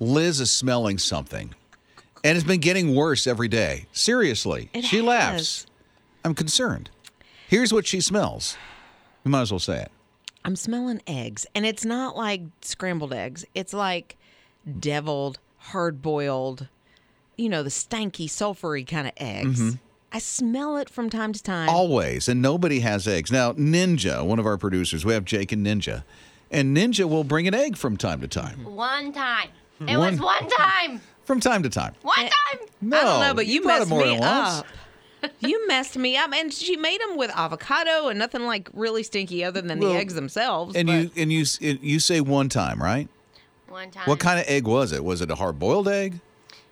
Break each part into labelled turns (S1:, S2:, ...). S1: Liz is smelling something, and it's been getting worse every day. Seriously,
S2: It
S1: she
S2: has.
S1: laughs. I'm concerned. Here's what she smells. You might as well say it.
S2: I'm smelling eggs, and it's not like scrambled eggs. It's like deviled, hard boiled, you know, the stanky, sulfury kind of eggs.
S1: Mm-hmm.
S2: I smell it from time to time.
S1: Always, and nobody has eggs. Now, Ninja, one of our producers, we have Jake and Ninja, and Ninja will bring an egg from time to time.
S3: One time. It
S1: One-
S3: was one time.
S1: From time to time.
S3: One time.
S1: No,
S2: I don't know, but you,
S1: brought it
S2: messed
S1: more
S2: me
S1: than once.
S2: up. you messed me up, and she made them with avocado and nothing like really stinky other than
S1: Well,
S2: the eggs themselves.
S1: And
S2: but-
S1: you and you s- you say one time, right?
S3: One time.
S1: What kind of egg was it? Was it a hard-boiled egg?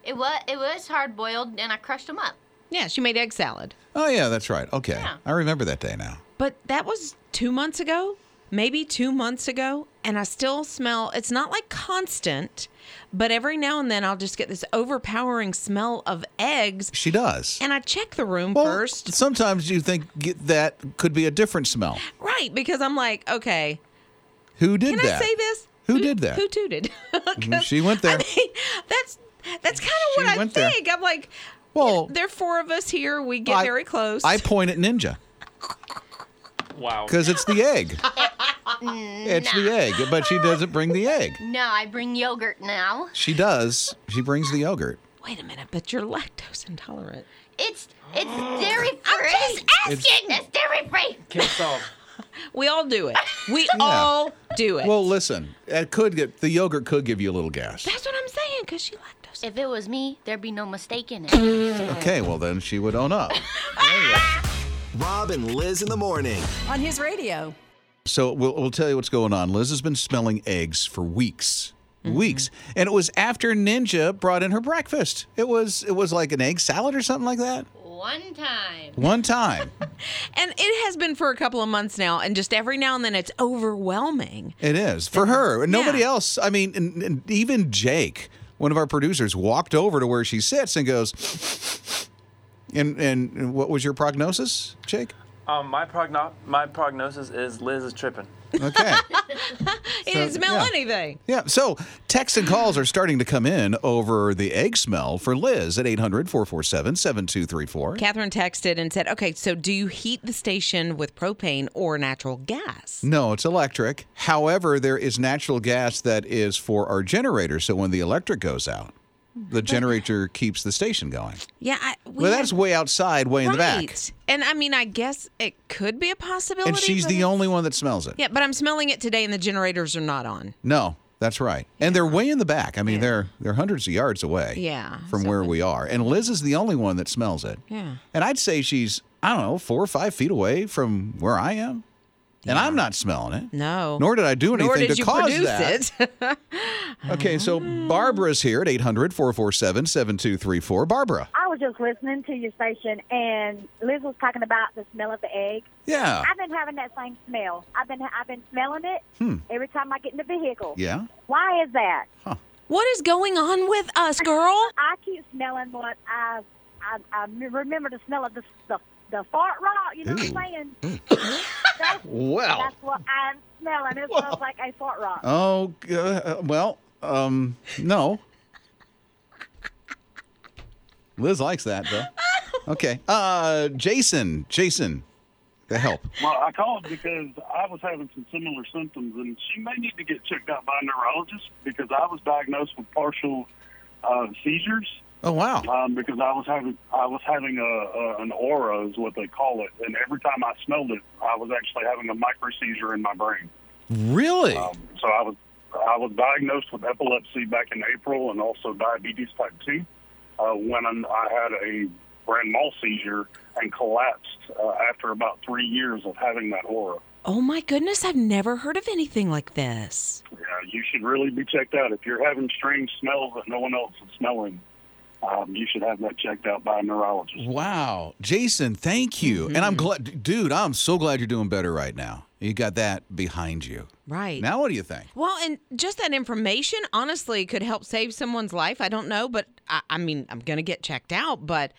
S3: It was it was hard boiled, and I crushed them up.
S2: yeah, she made egg salad,
S1: Oh yeah, that's right. Okay,
S3: Yeah.
S1: I remember that day now.
S2: but that was two months ago, maybe two months ago, and I still smell. It's not like constant, but every now and then I'll just get this overpowering smell of eggs,
S1: She does.
S2: and I check the room
S1: Well,
S2: first.
S1: sometimes you think get, that could be a different smell.
S2: Right, because I'm like, okay,
S1: Who did
S2: can
S1: that?
S2: I say this?
S1: Who did that?
S2: Who tooted? 'Cause,
S1: She went there.
S2: I mean, that's that's kind of
S1: She
S2: what I
S1: went there.
S2: think. I'm like,
S1: Well,
S2: there are four of us here. We get
S1: I-
S2: very close.
S1: I point at Ninja
S4: Wow.
S1: because it's the egg. it's the egg, but she doesn't bring the egg.
S3: No, I bring yogurt now.
S1: She does. She brings the yogurt.
S2: Wait a minute, but you're lactose intolerant.
S3: It's it's dairy free. I'm
S2: just
S3: asking. It's, dairy free.
S4: Case solved.
S2: We all do it. We all do it.
S1: Well, listen, it could get the yogurt could give you a little gas.
S2: that's what I'm saying because she lactose.
S3: If it was me, there'd be no mistake in it.
S1: Okay, well then she would own up.
S5: Rob and Liz in the morning.
S6: on his radio.
S1: So we'll, we'll tell you what's going on. Liz has been smelling eggs for weeks,
S2: Mm-hmm.
S1: weeks, and it was after Ninja brought in her breakfast. It was it was like an egg salad or something like that.
S3: One time.
S1: One time,
S2: And it has been for a couple of months now, and just every now and then it's overwhelming.
S1: it is for her. And nobody
S2: Yeah.
S1: else. I mean, and, and even Jake, one of our producers, walked over to where she sits and goes. And and what was your prognosis, Jake?
S4: Um, my progno- my prognosis is Liz is tripping.
S1: Okay.
S2: it didn't smell
S1: yeah.
S2: anything.
S1: Yeah, so texts and calls are starting to come in over the egg smell for Liz at 800 447 7234.
S2: Catherine texted and said, "Okay, so do you heat the station with propane or natural gas?"
S1: No, it's electric. However, there is natural gas that is for our generator. So when the electric goes out, the generator keeps the station going.
S2: Yeah, I, we
S1: Well, that's
S2: had-
S1: way outside, way in the back.
S2: Right. And I mean, I guess it could be a possibility.
S1: And she's
S2: but
S1: the
S2: it's-
S1: only one that smells it.
S2: Yeah, but I'm smelling it today, and the generators are not on.
S1: No, that's right. And they're way in the back. I mean, they're they're hundreds of yards away.
S2: Yeah,
S1: From
S2: so-
S1: where we are. And Liz is the only one that smells it.
S2: Yeah.
S1: And I'd say she's, I don't know, four or five feet away from where I am. And I'm not smelling it.
S2: No.
S1: Nor did I do anything
S2: Nor did
S1: to
S2: you
S1: cause
S2: produce
S1: that.
S2: it. Oh.
S1: Okay, so Barbara's here at 800 447 7234. Barbara.
S7: I was just listening to your station, and Liz was talking about the smell of the egg.
S1: Yeah.
S7: I've been having that same smell. I've been I've been smelling it every time I get in the vehicle.
S1: Hmm. Yeah.
S7: Why is that?
S2: what is going on with us, girl?
S7: I keep smelling what I I, I remember the smell of the the, the fart rock. You know what I'm saying? that's,
S1: Hmm. Well.
S7: that's what I'm smelling. It smells like a fart rock.
S1: Oh, g- uh, well, um, no. Liz likes that, though. Okay. Uh, Jason. Jason, the help.
S8: Well, I called because I was having some similar symptoms, and she may need to get checked out by a neurologist because I was diagnosed with partial uh, seizures
S1: Oh, wow.
S8: um, because I was having I was having a, a an aura is what they call it, and every time I smelled it, I was actually having a micro seizure in my brain.
S1: Really?
S8: Um, so I was I was diagnosed with epilepsy back in April, and also diabetes type two uh, when I'm, I had a grand mal seizure and collapsed uh, after about three years of having that aura.
S2: Oh my goodness, I've never heard of anything like this.
S8: Yeah, Uh, you should really be checked out. If you're having strange smells that no one else is smelling, um, you should have that checked out by a neurologist.
S1: Wow. Jason, thank you. And I'm glad, dude, I'm so glad you're doing better right now. You got that behind you.
S2: Right.
S1: Now, what do you think?
S2: Well, and just that information honestly could help save someone's life. I don't know, but I, I mean, I'm going to get checked out, but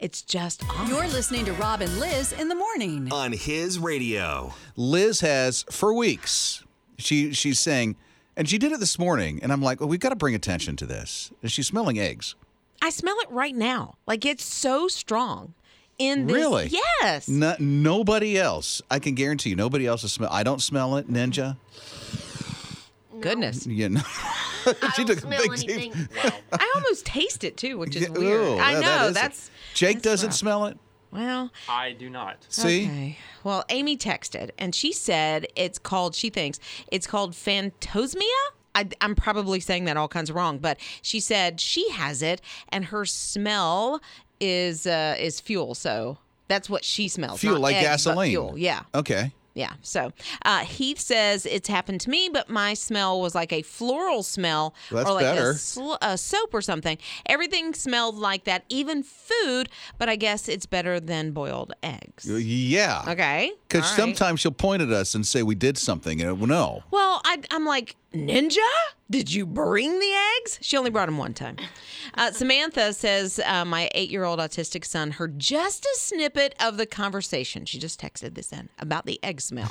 S2: it's just odd.
S6: You're listening to Rob and Liz in the morning.
S5: On his radio.
S1: Liz has for weeks. She she's saying, And she did it this morning, and I'm like, well, we've got to bring attention to this. She's smelling eggs.
S2: I smell it right now. Like it's so strong in this.
S1: Really? Mm.
S2: Yes.
S1: No, nobody else. I can guarantee you, nobody else is smell. I don't smell it, Ninja.
S2: Goodness.
S1: You know,
S3: I
S1: she
S3: don't
S1: took a
S3: smell
S1: big
S3: anything.
S1: deep.
S2: I almost taste it too, which is
S1: Yeah,
S2: weird.
S1: ew,
S2: I
S1: that-
S2: know.
S1: that is-
S2: that's
S1: Jake
S2: that's
S1: doesn't
S2: rough.
S1: smell it.
S2: Well,
S4: I do not.
S1: See,
S2: Okay. Well, Amy texted and she said it's called, she thinks it's called phantosmia. I, I'm probably saying that all kinds of wrong, but she said she has it and her smell is uh, is fuel. So that's what she smells.
S1: fuel
S2: not
S1: like
S2: eggs, but
S1: gasoline.
S2: Fuel. Yeah.
S1: Okay.
S2: Yeah. So uh, Heath says it's happened to me, but my smell was like a floral smell
S1: That's
S2: or like
S1: better.
S2: A, sl- a soap or something. Everything smelled like that, even food, but I guess it's better than boiled eggs.
S1: Yeah.
S2: Okay.
S1: Because
S2: All right.
S1: sometimes she'll point at us and say we did something, and it- no.
S2: Well, I, I'm like, Ninja, did you bring the eggs? She only brought them one time. Uh, Samantha says, uh, My eight year old autistic son heard just a snippet of the conversation. She just texted this in about the egg smell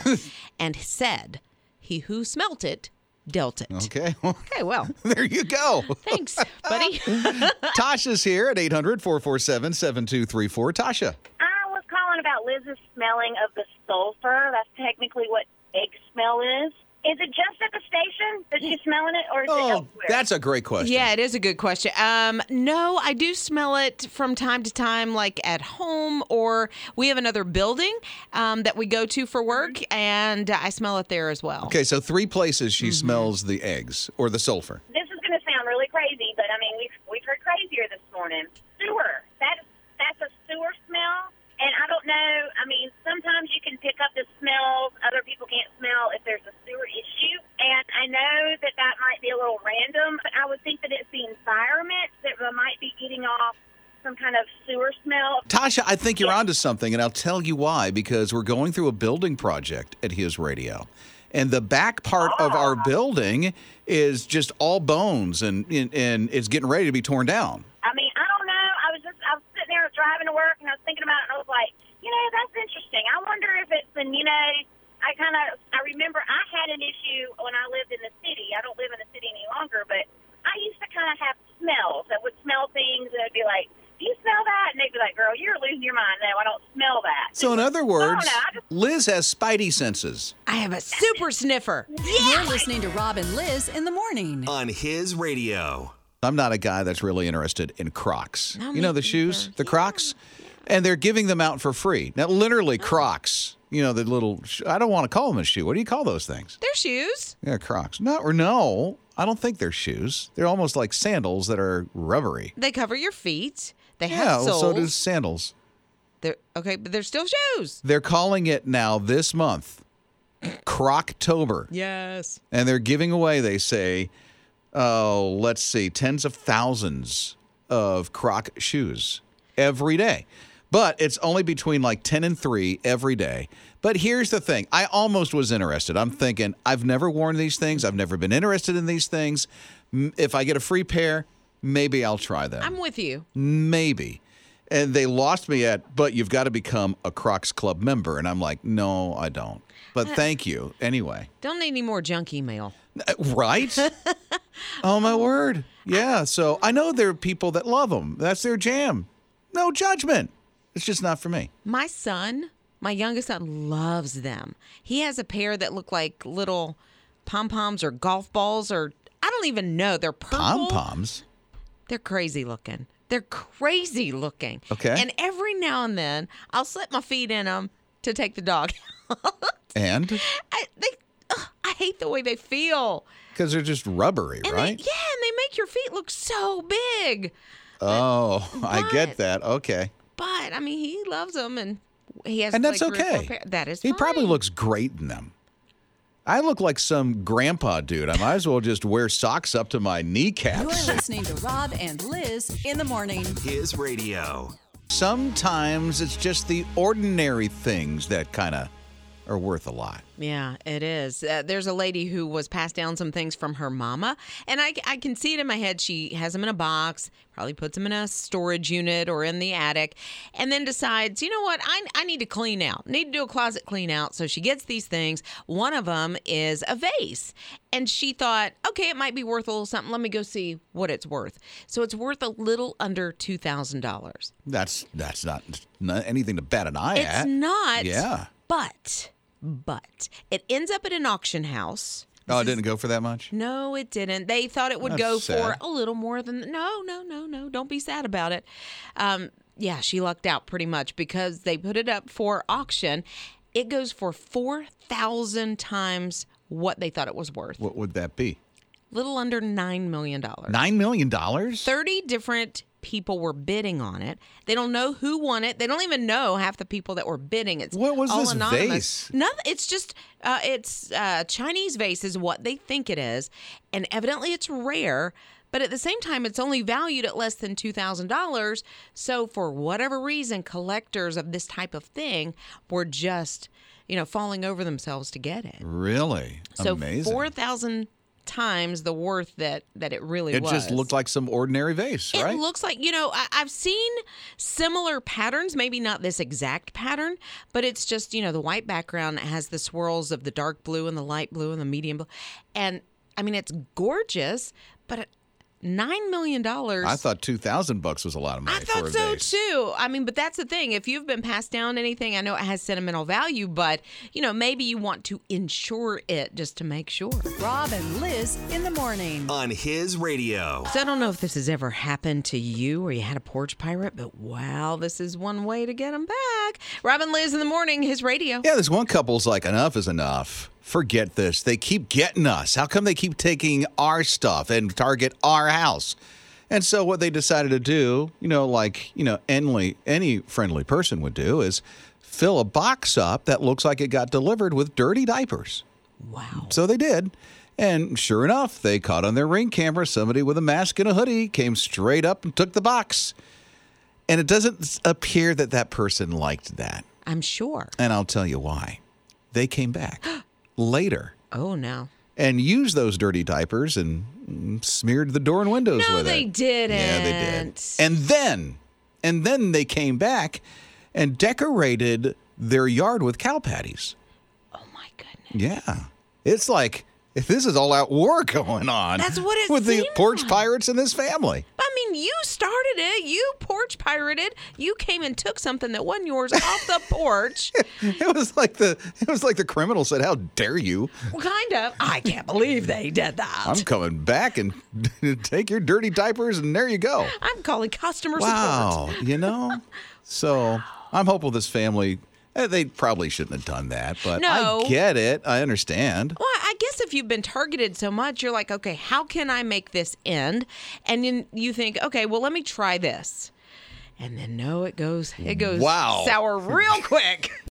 S2: and said, He who smelt it dealt it.
S1: Okay. Well,
S2: Okay, well,
S1: there you go.
S2: thanks, buddy.
S1: Tasha's here at 800 447 7234. Tasha.
S7: I was calling about Liz's smelling of the sulfur. That's technically what egg smell is. Is it just at the station that she's smelling it, or is it
S1: Hmm. Oh,
S7: elsewhere?
S1: that's a great question.
S2: Yeah, it is a good question. Um, no, I do smell it from time to time, like at home, or we have another building um, that we go to for work, and I smell it there as well.
S1: Okay, so three places she
S2: Mm-hmm.
S1: smells the eggs or the sulfur.
S7: this is going to sound really crazy, but I mean we've we've heard crazier this morning. Sewer. That that's a sewer smell, and I don't know. I mean, sometimes you can pick up the smells other people can't smell if there's a sewer issue, and I know that that might be a little random, but I would think that it's the environment that might be getting off some kind of sewer smell.
S1: Tasha, I think you're onto something, and I'll tell you why because we're going through a building project at his radio. And the back part of our
S2: Ah.
S1: building is just all bones and, and, and it's getting ready to be torn down.
S7: I mean, I don't know. I was just I was sitting there driving to work and I was thinking about it and I was like, you know, that's interesting. I wonder if it's an you know, I kind of I remember I had an issue when I lived in the city. I don't live in the city any longer, but I used to kind of have smells that would smell things and I'd be like, do you smell that? And they'd be like, girl, you're losing your mind. No, I don't smell that.
S1: So, in other words,
S7: I just-
S1: Liz has spidey senses.
S2: I have a super sniffer.
S6: You're listening to Rob and Liz in the morning.
S5: on his radio.
S1: I'm not a guy that's really interested in Crocs.
S2: No,
S1: you know
S2: me
S1: the shoes,
S2: either.
S1: the Crocs, and they're giving them out for free. Now,
S2: Oh.
S1: literally Crocs. You know the little. sh- I don't want to call them a shoe. What do you call those things?
S2: Their shoes.
S1: Yeah, Crocs. No, or no. I don't think they're shoes. They're almost like sandals that are rubbery.
S2: They cover your feet. They
S1: Yeah,
S2: have
S1: well,
S2: soles.
S1: so do sandals.
S2: They're, okay, but they're still shoes.
S1: They're calling it now this month, Croctober.
S2: Yes.
S1: and they're giving away they say oh let's see tens of thousands of croc shoes every day but it's only between like 10 and 3 every day but here's the thing i almost was interested i'm thinking i've never worn these things i've never been interested in these things M- if i get a free pair maybe i'll try them
S2: I'm with you.
S1: maybe and they lost me at but you've got to become a crocs club member and i'm like no i don't but thank you anyway
S2: Don't need any more junk email.
S1: uh, Right? oh my word. Yeah. So I know there are people that love them. That's their jam. No judgment. It's just not for me.
S2: My son, my youngest son, loves them. He has a pair that look like little pom poms or golf balls or I don't even know. They're purple.
S1: Pom poms.
S2: They're crazy looking. They're crazy looking.
S1: Okay.
S2: And every now and then, I'll slip my feet in them to take the dog.
S1: And
S2: I, they, ugh, I hate the way they feel.
S1: because they're just rubbery,
S2: And
S1: right?
S2: They, yeah, and they make your feet look so big.
S1: oh, I
S2: But-
S1: get that. Okay.
S2: But I mean, he loves them, and he has.
S1: And
S2: like,
S1: that's
S2: three or four
S1: okay.
S2: pair- That is.
S1: He probably
S2: fine.
S1: looks great in them. I look like some grandpa dude. I might as well just wear socks up to my
S6: You're
S1: kneecaps.
S6: listening to Rob and Liz in the morning.
S5: His radio.
S1: Sometimes it's just the ordinary things that kind of are worth a lot.
S2: Yeah, it is. Uh, there's a lady who was passed down some things from her mama, and I, I can see it in my head. She has them in a box, probably puts them in a storage unit or in the attic, and then decides, you know what, I, I need to clean out, need to do a closet clean out. So she gets these things. One of them is a vase, and she thought, okay, it might be worth a little something. Let me go see what it's worth. So it's worth a little under $2,000.
S1: That's that's not, not anything to bat an eye
S2: It's
S1: at.
S2: not.
S1: Yeah.
S2: But, but it ends up at an auction house.
S1: Oh, it didn't go for that much.
S2: No, it didn't. They thought it would
S1: That's
S2: go
S1: sad.
S2: for a little more than. No, no, no, no. Don't be sad about it. Um, yeah, she lucked out pretty much because they put it up for auction. It goes for 4,000 times what they thought it was worth.
S1: What would that be?
S2: Little under $9 million.
S1: Nine million dollars.
S2: 30 different people were bidding on it. They don't know who won it. They don't even know half the people that were bidding. It's
S1: What was
S2: all
S1: this
S2: anonymous.
S1: vase?
S2: Nothing. It's just uh, it's uh, Chinese vase is what they think it is, and evidently it's rare. But at the same time, it's only valued at less than two thousand dollars. So for whatever reason, collectors of this type of thing were just you know falling over themselves to get it.
S1: Really?
S2: So
S1: Amazing.
S2: four thousand times the worth that that it really
S1: it
S2: was.
S1: just looked like some ordinary vase,
S2: It
S1: right?
S2: looks like, you know, I, I've seen similar patterns, maybe not this exact pattern, but it's just, you know, the white background has the swirls of the dark blue and the light blue and the medium blue. And I mean, it's gorgeous, but $9 million.
S1: I thought two thousand bucks was a lot of money
S2: I thought
S1: for a
S2: so
S1: vase.
S2: too. I mean, but that's the thing. If you've been passed down anything, I know it has sentimental value, but, you know, maybe you want to insure it just to make sure.
S6: Rob and Liz in the morning.
S5: on his radio.
S2: So I don't know if this has ever happened to you or you had a porch pirate, but wow, this is one way to get them back. Robin Liz in the morning, his radio.
S1: Yeah, this one couple's like, enough is enough. Forget this. They keep getting us. How come they keep taking our stuff and target our house? And so what they decided to do, you know, like, you know, any, any friendly person would do is fill a box up that looks like it got delivered with dirty diapers.
S2: Wow.
S1: So they did. And sure enough, they caught on their ring camera somebody with a mask and a hoodie came straight up and took the box. And it doesn't appear that that person liked that.
S2: I'm sure.
S1: And I'll tell you why. They came back later
S2: Oh, no.
S1: and used those dirty diapers and mm, smeared the door and windows
S2: No,
S1: with
S2: they
S1: it.
S2: didn't.
S1: Yeah, they did. And then, and then they came back and decorated their yard with cow patties.
S2: Oh, my goodness.
S1: Yeah. It's like if this is all out war going on.
S2: That's what it
S1: With the
S2: seemed
S1: porch
S2: like.
S1: pirates and this family.
S2: I mean, you started it. You porch pirated. You came and took something that wasn't yours off the porch.
S1: It was like the it was like the criminal said, How dare you?
S2: well, kind of. I can't believe they did that.
S1: I'm coming back and take your dirty diapers and there you go.
S2: I'm calling customer support.
S1: Wow, you know. So I'm hopeful this family. eh, They probably shouldn't have done that, but
S2: No.
S1: I get it. I understand.
S2: Well, I guess if you've been targeted so much, you're like, okay, how can I make this end? And then you think, okay, well, let me try this. And then no, it goes, it goes
S1: Wow.
S2: sour real quick.